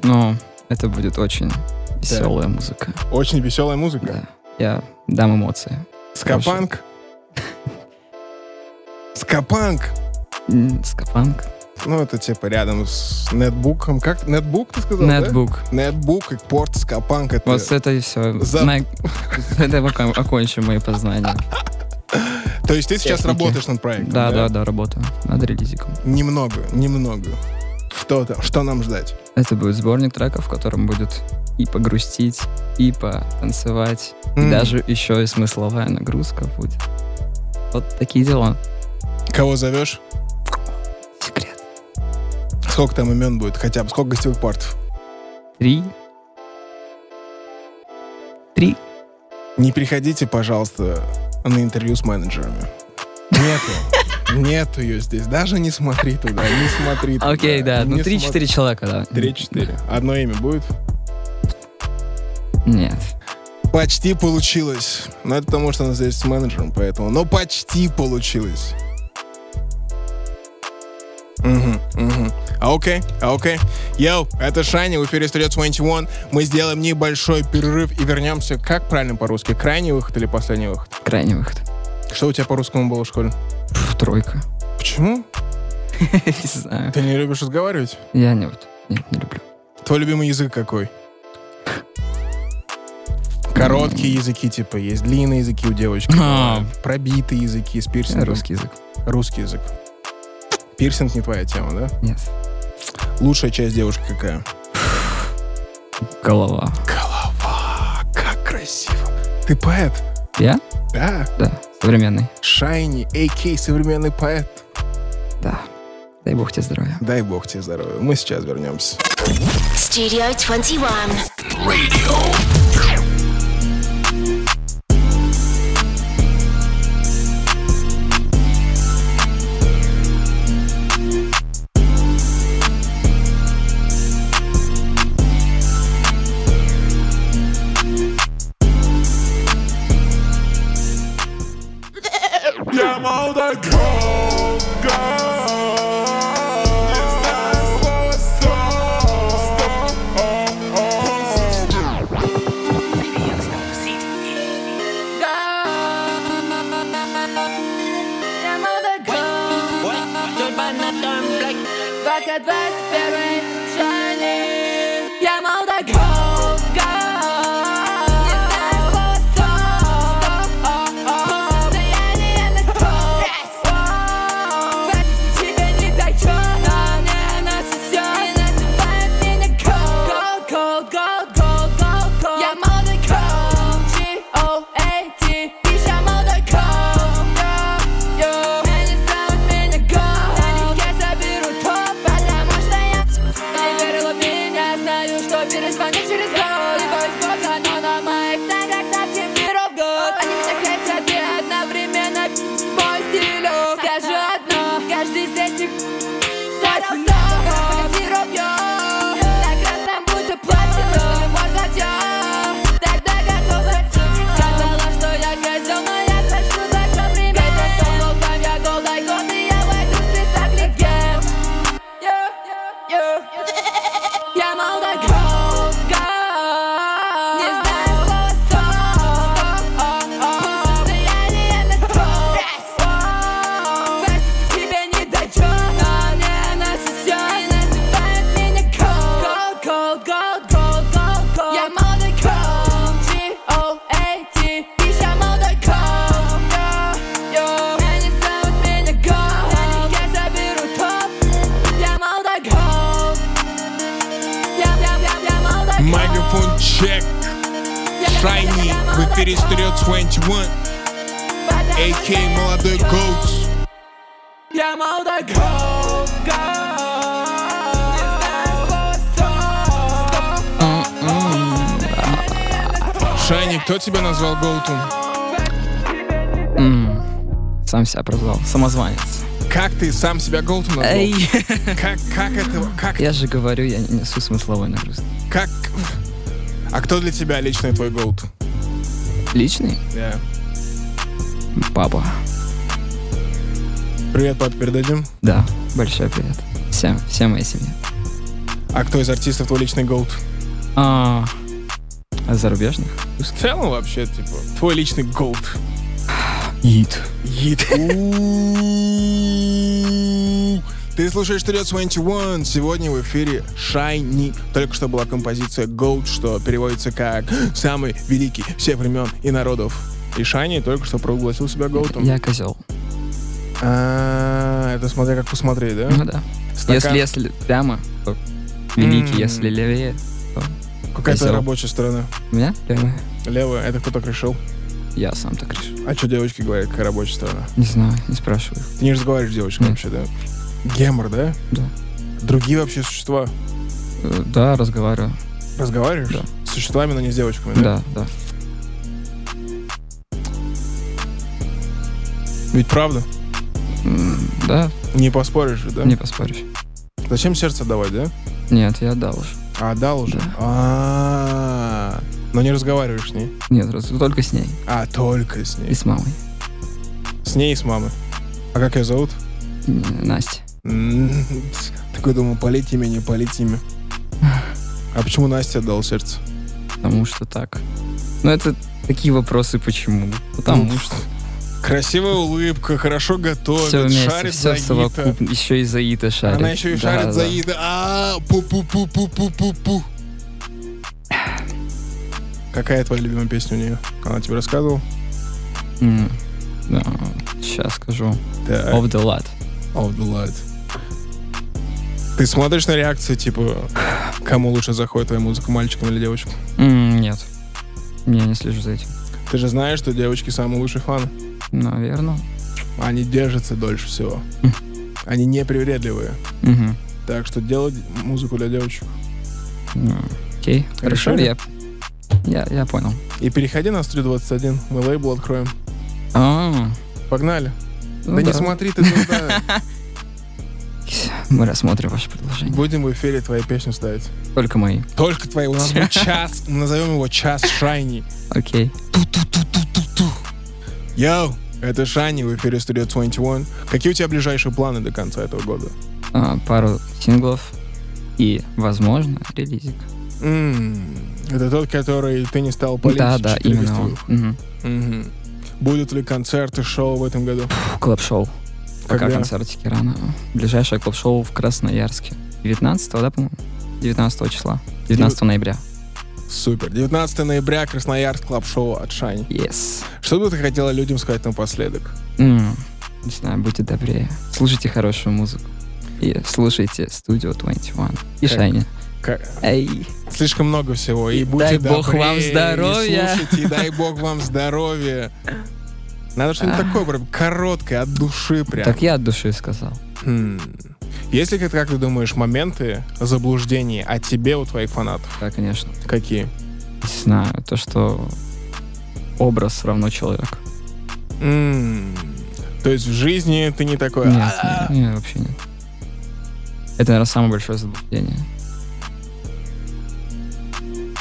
Speaker 4: Но это будет очень веселая музыка.
Speaker 3: Очень веселая музыка.
Speaker 4: Да. Я дам эмоции.
Speaker 3: Скапанк. Скапанк.
Speaker 4: М, Скапанк.
Speaker 3: Ну, это типа рядом с нетбуком. Как? Нетбук, ты сказал, Ну да?
Speaker 4: Нетбук.
Speaker 3: Нетбук и порт скапанк. Это...
Speaker 4: Вот с это и все.
Speaker 3: За-
Speaker 4: Это пока окончим мои познания.
Speaker 3: То есть ты сейчас
Speaker 4: техники.
Speaker 3: работаешь над проектом?
Speaker 4: Да, да, да, работаю над релизиком.
Speaker 3: Немного, немного. Что там? Что нам ждать?
Speaker 4: Это будет сборник треков, в котором будет и погрустить, и потанцевать, и
Speaker 3: М.
Speaker 4: даже еще и смысловая нагрузка будет. Вот такие дела.
Speaker 3: Кого зовешь?
Speaker 4: Секрет.
Speaker 3: Сколько там имен будет? Хотя бы сколько гостевых партов?
Speaker 4: Три. Три.
Speaker 3: Не приходите, пожалуйста, на интервью с менеджерами. Нету. Нету ее здесь. Даже не смотри туда, не смотри туда.
Speaker 4: Окей, да. Ну,
Speaker 3: Не
Speaker 4: три-четыре человека, да.
Speaker 3: смотри. Три-четыре. Одно имя будет?
Speaker 4: Нет.
Speaker 3: Почти получилось. Но это потому, что она здесь с менеджером, поэтому... Но почти получилось. Мгм, мгм. А Окей, а окей. Йоу, это Шани, в эфире Studio 21. Мы сделаем небольшой перерыв и вернемся. Как правильно по-русски? Крайний выход или последний выход?
Speaker 4: Крайний выход.
Speaker 3: Что у тебя по-русскому было в школе?
Speaker 4: Пф, тройка.
Speaker 3: Почему?
Speaker 4: Не знаю.
Speaker 3: Ты не любишь разговаривать?
Speaker 4: Я не вот. Нет, не люблю.
Speaker 3: Твой любимый язык какой? Короткие языки, типа, есть длинные языки у девочки,
Speaker 4: А.
Speaker 3: бывают, пробитые языки с
Speaker 4: Я
Speaker 3: пирсингом.
Speaker 4: Русский язык.
Speaker 3: Русский язык. Пирсинг не твоя тема, да?
Speaker 4: Нет.
Speaker 3: Лучшая часть девушки какая?
Speaker 4: Голова.
Speaker 3: Голова. Как красиво. Ты поэт?
Speaker 4: Я?
Speaker 3: Да.
Speaker 4: Да. Современный.
Speaker 3: Шайни, AK, современный поэт.
Speaker 4: Да. Дай бог тебе здоровья.
Speaker 3: Дай бог тебе здоровья. Мы сейчас вернемся.
Speaker 1: Studio 21.
Speaker 6: пока 21 шалит Я молодого Не знаю свой стоп Состояние на топ В тебе не дает Но не насосет И называет меня Gold Gold, gold, gold, gold, gold Я молодой Gold G-O-A-T Пища молодой Gold Yo, yo. Они зовут меня Gold Они я заберу топ Потому что я Не верила в меня Знаю, что перезвоню через год Либо из года, но на моих ногах Активирую год Они меня хотят и одновременно Мой стилек Скажу одно Каждый из этих Пальцем на будто платина Можно я Тогда готов Сказала, что я козел, но я сочту за комплимент Это стол, там я голдой год И я войду в список легенд Yeah, yeah, yeah. Я молодой гол, гол. Не знаю слова стоп. Состояние на топ. Секс тебе не дает, но не насосет. И называет меня гол. Гол, гол, гол, гол, гол, гол. Я молодой гол. G-O-A-T. Пища молодой гол. Yo, yo. Они зовут меня гол. Они я заберу топ. Я молодой гол.
Speaker 2: Microphone check. Shiny в эфире Studio 21, a.k.a. молодой Goats.
Speaker 6: Я молодой Гоуз, Гоуз. Не знаю слова стоп,
Speaker 3: Шайни, кто тебя назвал Голтум?
Speaker 4: М, Сам себя прозвал. Самозванец.
Speaker 3: Как ты сам себя Голтум назвал?
Speaker 4: Эй.
Speaker 3: Как, как это? Как,
Speaker 4: Я же говорю, я не несу смысловой нагрузки.
Speaker 3: как? А кто для тебя личный твой Голт?
Speaker 4: Личный? Папа.
Speaker 3: Привет, пап, передадим.
Speaker 4: Да, большой привет. Всем, всем моей семье.
Speaker 3: А кто из артистов твой личный Голт?
Speaker 4: А, а зарубежных?
Speaker 3: В целом вообще, типа, твой личный Голт.
Speaker 4: Ит.
Speaker 3: Ит. Ты слушаешь Studio 21. Сегодня в эфире Shiny. Только что была композиция Gold, что переводится как «Самый великий всех времен и народов». И Shiny только что прогласил себя Голтом.
Speaker 4: Я козел.
Speaker 3: А, это смотря как посмотреть, да?
Speaker 4: Ну да.
Speaker 3: Стакан.
Speaker 4: Если, если прямо, то великий,
Speaker 3: М.
Speaker 4: если левее, то
Speaker 3: Какая твоя
Speaker 4: козел.
Speaker 3: рабочая сторона?
Speaker 4: у меня прямо.
Speaker 3: Левая, это кто так решил?
Speaker 4: Я сам так решил.
Speaker 3: А что девочки говорят, какая рабочая сторона?
Speaker 4: Не знаю, не спрашиваю.
Speaker 3: Ты не разговариваешь с девочками
Speaker 4: Нет.
Speaker 3: вообще, да? Гемор, да?
Speaker 4: Да.
Speaker 3: Другие вообще существа?
Speaker 4: Э, Да, разговариваю.
Speaker 3: Разговариваешь?
Speaker 4: Да.
Speaker 3: С существами, но не с девочками, да?
Speaker 4: Да, да.
Speaker 3: Ведь правда?
Speaker 4: М, Да,
Speaker 3: Не поспоришь же, да?
Speaker 4: не поспоришь.
Speaker 3: Зачем сердце отдавать, да?
Speaker 4: Нет, я отдал уже.
Speaker 3: А отдал уже?
Speaker 4: Да.
Speaker 3: А, Но не разговариваешь с ней?
Speaker 4: Нет, раз- только с ней
Speaker 3: А, только с
Speaker 4: и
Speaker 3: ней.
Speaker 4: с мамой.
Speaker 3: С ней и с мамой. А как ее зовут?
Speaker 4: М, Настя.
Speaker 3: М,
Speaker 4: М-м-м.
Speaker 3: Такой думал, полить имя, не полить имя. А почему Настя отдала сердце?
Speaker 4: Потому что так. Ну, это такие вопросы, почему? Потому
Speaker 3: Ну,
Speaker 4: что
Speaker 3: Красивая улыбка, хорошо готовит,
Speaker 4: все вместе,
Speaker 3: шарит
Speaker 4: все
Speaker 3: за Ита.
Speaker 4: совокупно. Еще и за Ита шарит.
Speaker 3: Она еще и
Speaker 4: Да,
Speaker 3: шарит за
Speaker 4: да.
Speaker 3: Ита. А, пу-пу-пу-пу-пу-пу-пу. Какая твоя любимая песня у нее? Она тебе рассказывала?
Speaker 4: М, да, Сейчас скажу.
Speaker 3: Да.
Speaker 4: Of the lot.
Speaker 3: Of the Light. Ты смотришь на реакции, типа, кому лучше заходит твоя музыка, мальчикам или девочкам?
Speaker 4: М, Нет. Я не слежу за этим.
Speaker 3: Ты же знаешь, что девочки самые лучшие фаны.
Speaker 4: Наверное.
Speaker 3: Они держатся дольше всего.
Speaker 4: Мгм.
Speaker 3: Они непривередливые.
Speaker 4: Мгм.
Speaker 3: Так что делать музыку для девочек.
Speaker 4: Ну, Окей. Хорошо,
Speaker 3: Решили?
Speaker 4: я, я, я понял.
Speaker 3: И переходи на Стрю 21, мы лейбл откроем.
Speaker 4: А,
Speaker 3: Погнали.
Speaker 4: ну
Speaker 3: да, не смотри ты туда.
Speaker 4: Мы рассмотрим ваше предложение.
Speaker 3: Будем в эфире твои песни ставить.
Speaker 4: Только мои.
Speaker 3: Только твои. У нас будет час. Мы назовем его час Шайни.
Speaker 4: Окей.
Speaker 3: Йоу, это Шайни в эфире Studio 21. Какие у тебя ближайшие планы до конца этого года?
Speaker 4: А, пару синглов и, возможно, релизик.
Speaker 3: М, Ммм, Это тот, который ты не стал полить?
Speaker 4: да, да,
Speaker 3: четыре
Speaker 4: именно он.
Speaker 3: гостевых?
Speaker 4: Мгм.
Speaker 3: Мгм. Будут ли концерты, шоу в этом году?
Speaker 4: Фу, Клэп-шоу. Пока
Speaker 3: Когда?
Speaker 4: концертики рано. Ближайшее клуб-шоу в Красноярске. 19 да, по-моему? 19 числа. 19 ноября.
Speaker 3: Супер. 19 ноября Красноярск Клаб-шоу от Шани.
Speaker 4: Yes.
Speaker 3: Что бы ты хотела людям сказать напоследок?
Speaker 4: М, Не знаю, будьте добрее. Слушайте хорошую музыку. И слушайте Studio 21. И
Speaker 3: Как?
Speaker 4: Шайни.
Speaker 3: Ка-
Speaker 4: Эй.
Speaker 3: Слишком много всего. И,
Speaker 4: И дай
Speaker 3: будьте
Speaker 4: бог
Speaker 3: добрее,
Speaker 4: вам
Speaker 3: и
Speaker 4: здоровья.
Speaker 3: слушайте, и дай бог вам здоровья. Надо что-нибудь такое прям короткое, от души прям.
Speaker 4: Так я от души сказал.
Speaker 3: Хм. Есть ли, как, как ты думаешь, моменты заблуждений о тебе у твоих фанатов?
Speaker 4: Да, конечно.
Speaker 3: Какие?
Speaker 4: Не знаю, то, что образ равно человек.
Speaker 3: М. То есть в жизни ты не такой.
Speaker 4: Нет,
Speaker 3: «А,
Speaker 4: нет, нет, вообще нет. Это, наверное, самое большое заблуждение.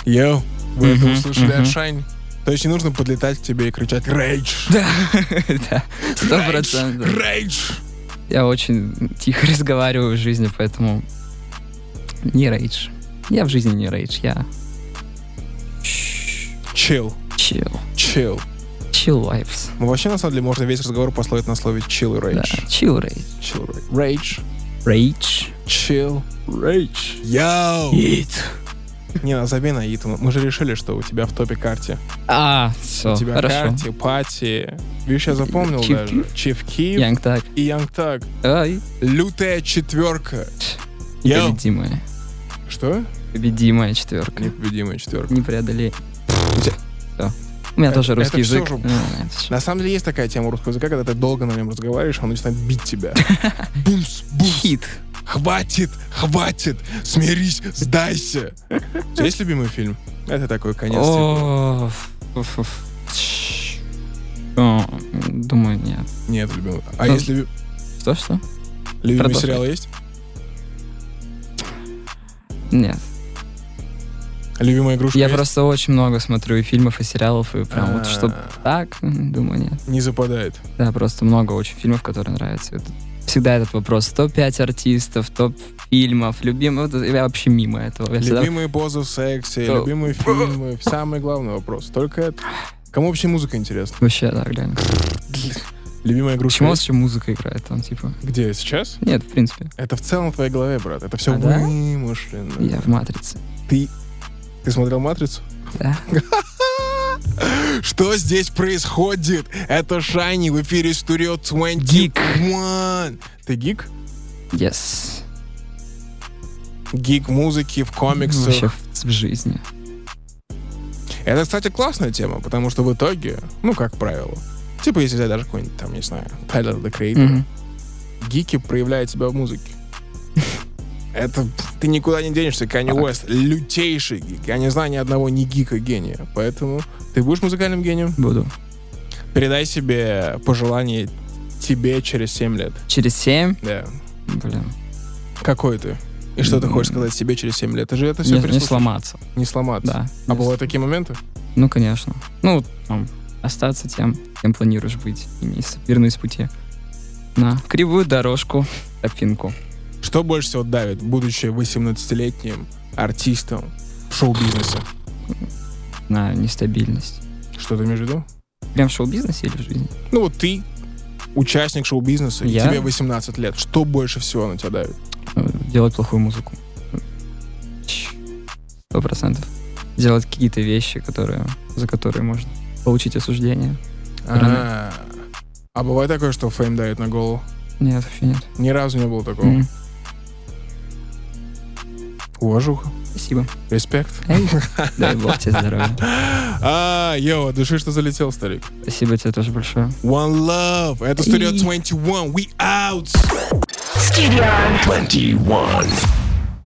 Speaker 3: Йоу, вы это
Speaker 4: Мгм,
Speaker 3: услышали
Speaker 4: мгм.
Speaker 3: от Шайн. То есть не нужно подлетать к тебе и кричать «Рейдж!»
Speaker 4: Да, сто процентов.
Speaker 3: Рейдж!
Speaker 4: Я очень тихо разговариваю в жизни, поэтому не рейдж. Я в жизни не рейдж, я
Speaker 3: Чил,
Speaker 4: чил.
Speaker 3: чил.
Speaker 4: Чил лайфс.
Speaker 3: Ну, вообще, на самом деле, можно весь разговор пословить на слове чил и
Speaker 4: Да,
Speaker 3: рейдж.
Speaker 4: чил рейдж.
Speaker 3: Чил, рейдж.
Speaker 4: Рейдж.
Speaker 3: Чил.
Speaker 4: Рейдж.
Speaker 3: Йоу!
Speaker 4: Ит.
Speaker 3: Не, ну, забей на Итана. Мы же решили, что у тебя в топе карте.
Speaker 4: А, все,
Speaker 3: у тебя
Speaker 4: хорошо.
Speaker 3: карте, пати. Видишь, я запомнил
Speaker 4: Чиф
Speaker 3: даже. Чиф Киев
Speaker 4: Янг так.
Speaker 3: и Янг Так.
Speaker 4: Ай.
Speaker 3: Лютая четверка. Йоу.
Speaker 4: Непобедимая.
Speaker 3: Что?
Speaker 4: Победимая четверка.
Speaker 3: Непобедимая четверка.
Speaker 4: Не преодолей.
Speaker 3: Всё.
Speaker 4: Всё. У меня
Speaker 3: Это-
Speaker 4: тоже русский
Speaker 3: э, это всё
Speaker 4: язык.
Speaker 3: же-
Speaker 4: Не, не, это ж-
Speaker 3: На самом деле есть такая тема русского языка, когда ты долго на нем разговариваешь, он начинает бить тебя. Бумс, бумс.
Speaker 4: Хит.
Speaker 3: Хватит, хватит, смирись, сдайся. У тебя есть любимый фильм? Это такой конец. типа.
Speaker 4: О, ф- ф- ф- тш. О, Думаю, нет.
Speaker 3: Нет, любимый. А
Speaker 4: Ну,
Speaker 3: если
Speaker 4: Что, что?
Speaker 3: любимый
Speaker 4: продолжай.
Speaker 3: сериал есть?
Speaker 4: Нет.
Speaker 3: Любимая игрушка
Speaker 4: Я
Speaker 3: есть?
Speaker 4: просто очень много смотрю и фильмов, и сериалов, и прям вот что
Speaker 3: А,
Speaker 4: так, м, думаю, нет.
Speaker 3: Не западает.
Speaker 4: Да, просто много очень фильмов, которые нравятся. И вот Всегда этот вопрос. Топ-5 артистов, топ фильмов, любимых. Вот Я вообще мимо этого. Я всегда-
Speaker 3: Любимые позы в сексе,
Speaker 4: То-
Speaker 3: любимые фильмы. Самый главный вопрос. Только это. Кому вообще музыка интересна?
Speaker 4: Вообще, да, реально.
Speaker 3: Любимая игрушка
Speaker 4: Почему у вас
Speaker 3: есть?
Speaker 4: еще музыка играет там, типа?
Speaker 3: Где, сейчас?
Speaker 4: Нет, в принципе.
Speaker 3: Это в целом в твоей голове, брат. Это все
Speaker 4: А, да?
Speaker 3: вымышленно.
Speaker 4: Я в «Матрице».
Speaker 3: Ты смотрел «Матрицу»?
Speaker 4: Да.
Speaker 3: Что здесь происходит? Это Шайни в эфире Studio 21.
Speaker 4: Гик.
Speaker 3: Ты гик?
Speaker 4: Yes.
Speaker 3: Гик музыки в комиксах.
Speaker 4: Вообще в, в жизни.
Speaker 3: Это, кстати, классная тема, потому что в итоге, ну, как правило, типа, если взять даже какой-нибудь, там, не знаю, Тайлер The Creator,
Speaker 4: Мгм.
Speaker 3: гики проявляют себя в музыке. Это пф, ты никуда не денешься, Канни Уэст лютейший гик. Я не знаю ни одного не гика гения. Поэтому ты будешь музыкальным гением?
Speaker 4: Буду.
Speaker 3: Передай себе пожелание тебе через 7 лет.
Speaker 4: Через семь.
Speaker 3: Да.
Speaker 4: Блин.
Speaker 3: Какой ты? И что ты
Speaker 4: М.
Speaker 3: хочешь сказать себе через 7 лет? Ты же это все
Speaker 4: не, не сломаться.
Speaker 3: Не сломаться.
Speaker 4: Да.
Speaker 3: А бывают такие моменты?
Speaker 4: Ну, конечно. Ну, там, остаться тем, кем планируешь быть. И не с- вернусь с пути. На кривую дорожку, тропинку.
Speaker 3: Что больше всего давит, будучи 18-летним артистом в шоу-бизнесе?
Speaker 4: На нестабильность.
Speaker 3: Что ты имеешь в виду?
Speaker 4: Прям в шоу-бизнесе или в жизни?
Speaker 3: Ну вот ты участник шоу-бизнеса, и
Speaker 4: Я?
Speaker 3: тебе 18 лет. Что больше всего на тебя давит?
Speaker 4: Э, Делать плохую музыку. Чш. Сто процентов. Делать какие-то вещи, которые, за которые можно получить осуждение.
Speaker 3: А, а бывает такое, что фейм давит на голову?
Speaker 4: Нет, вообще нет.
Speaker 3: Ни разу не было такого.
Speaker 4: М.
Speaker 3: Уважуха.
Speaker 4: Спасибо.
Speaker 3: Респект.
Speaker 4: Эй, Дай бог тебе здоровья.
Speaker 3: А, йоу, от души, что залетел, старик.
Speaker 4: Спасибо тебе тоже большое.
Speaker 3: One Love. Это Studio
Speaker 4: И-
Speaker 3: 21. We out.
Speaker 1: Studio.
Speaker 7: 21.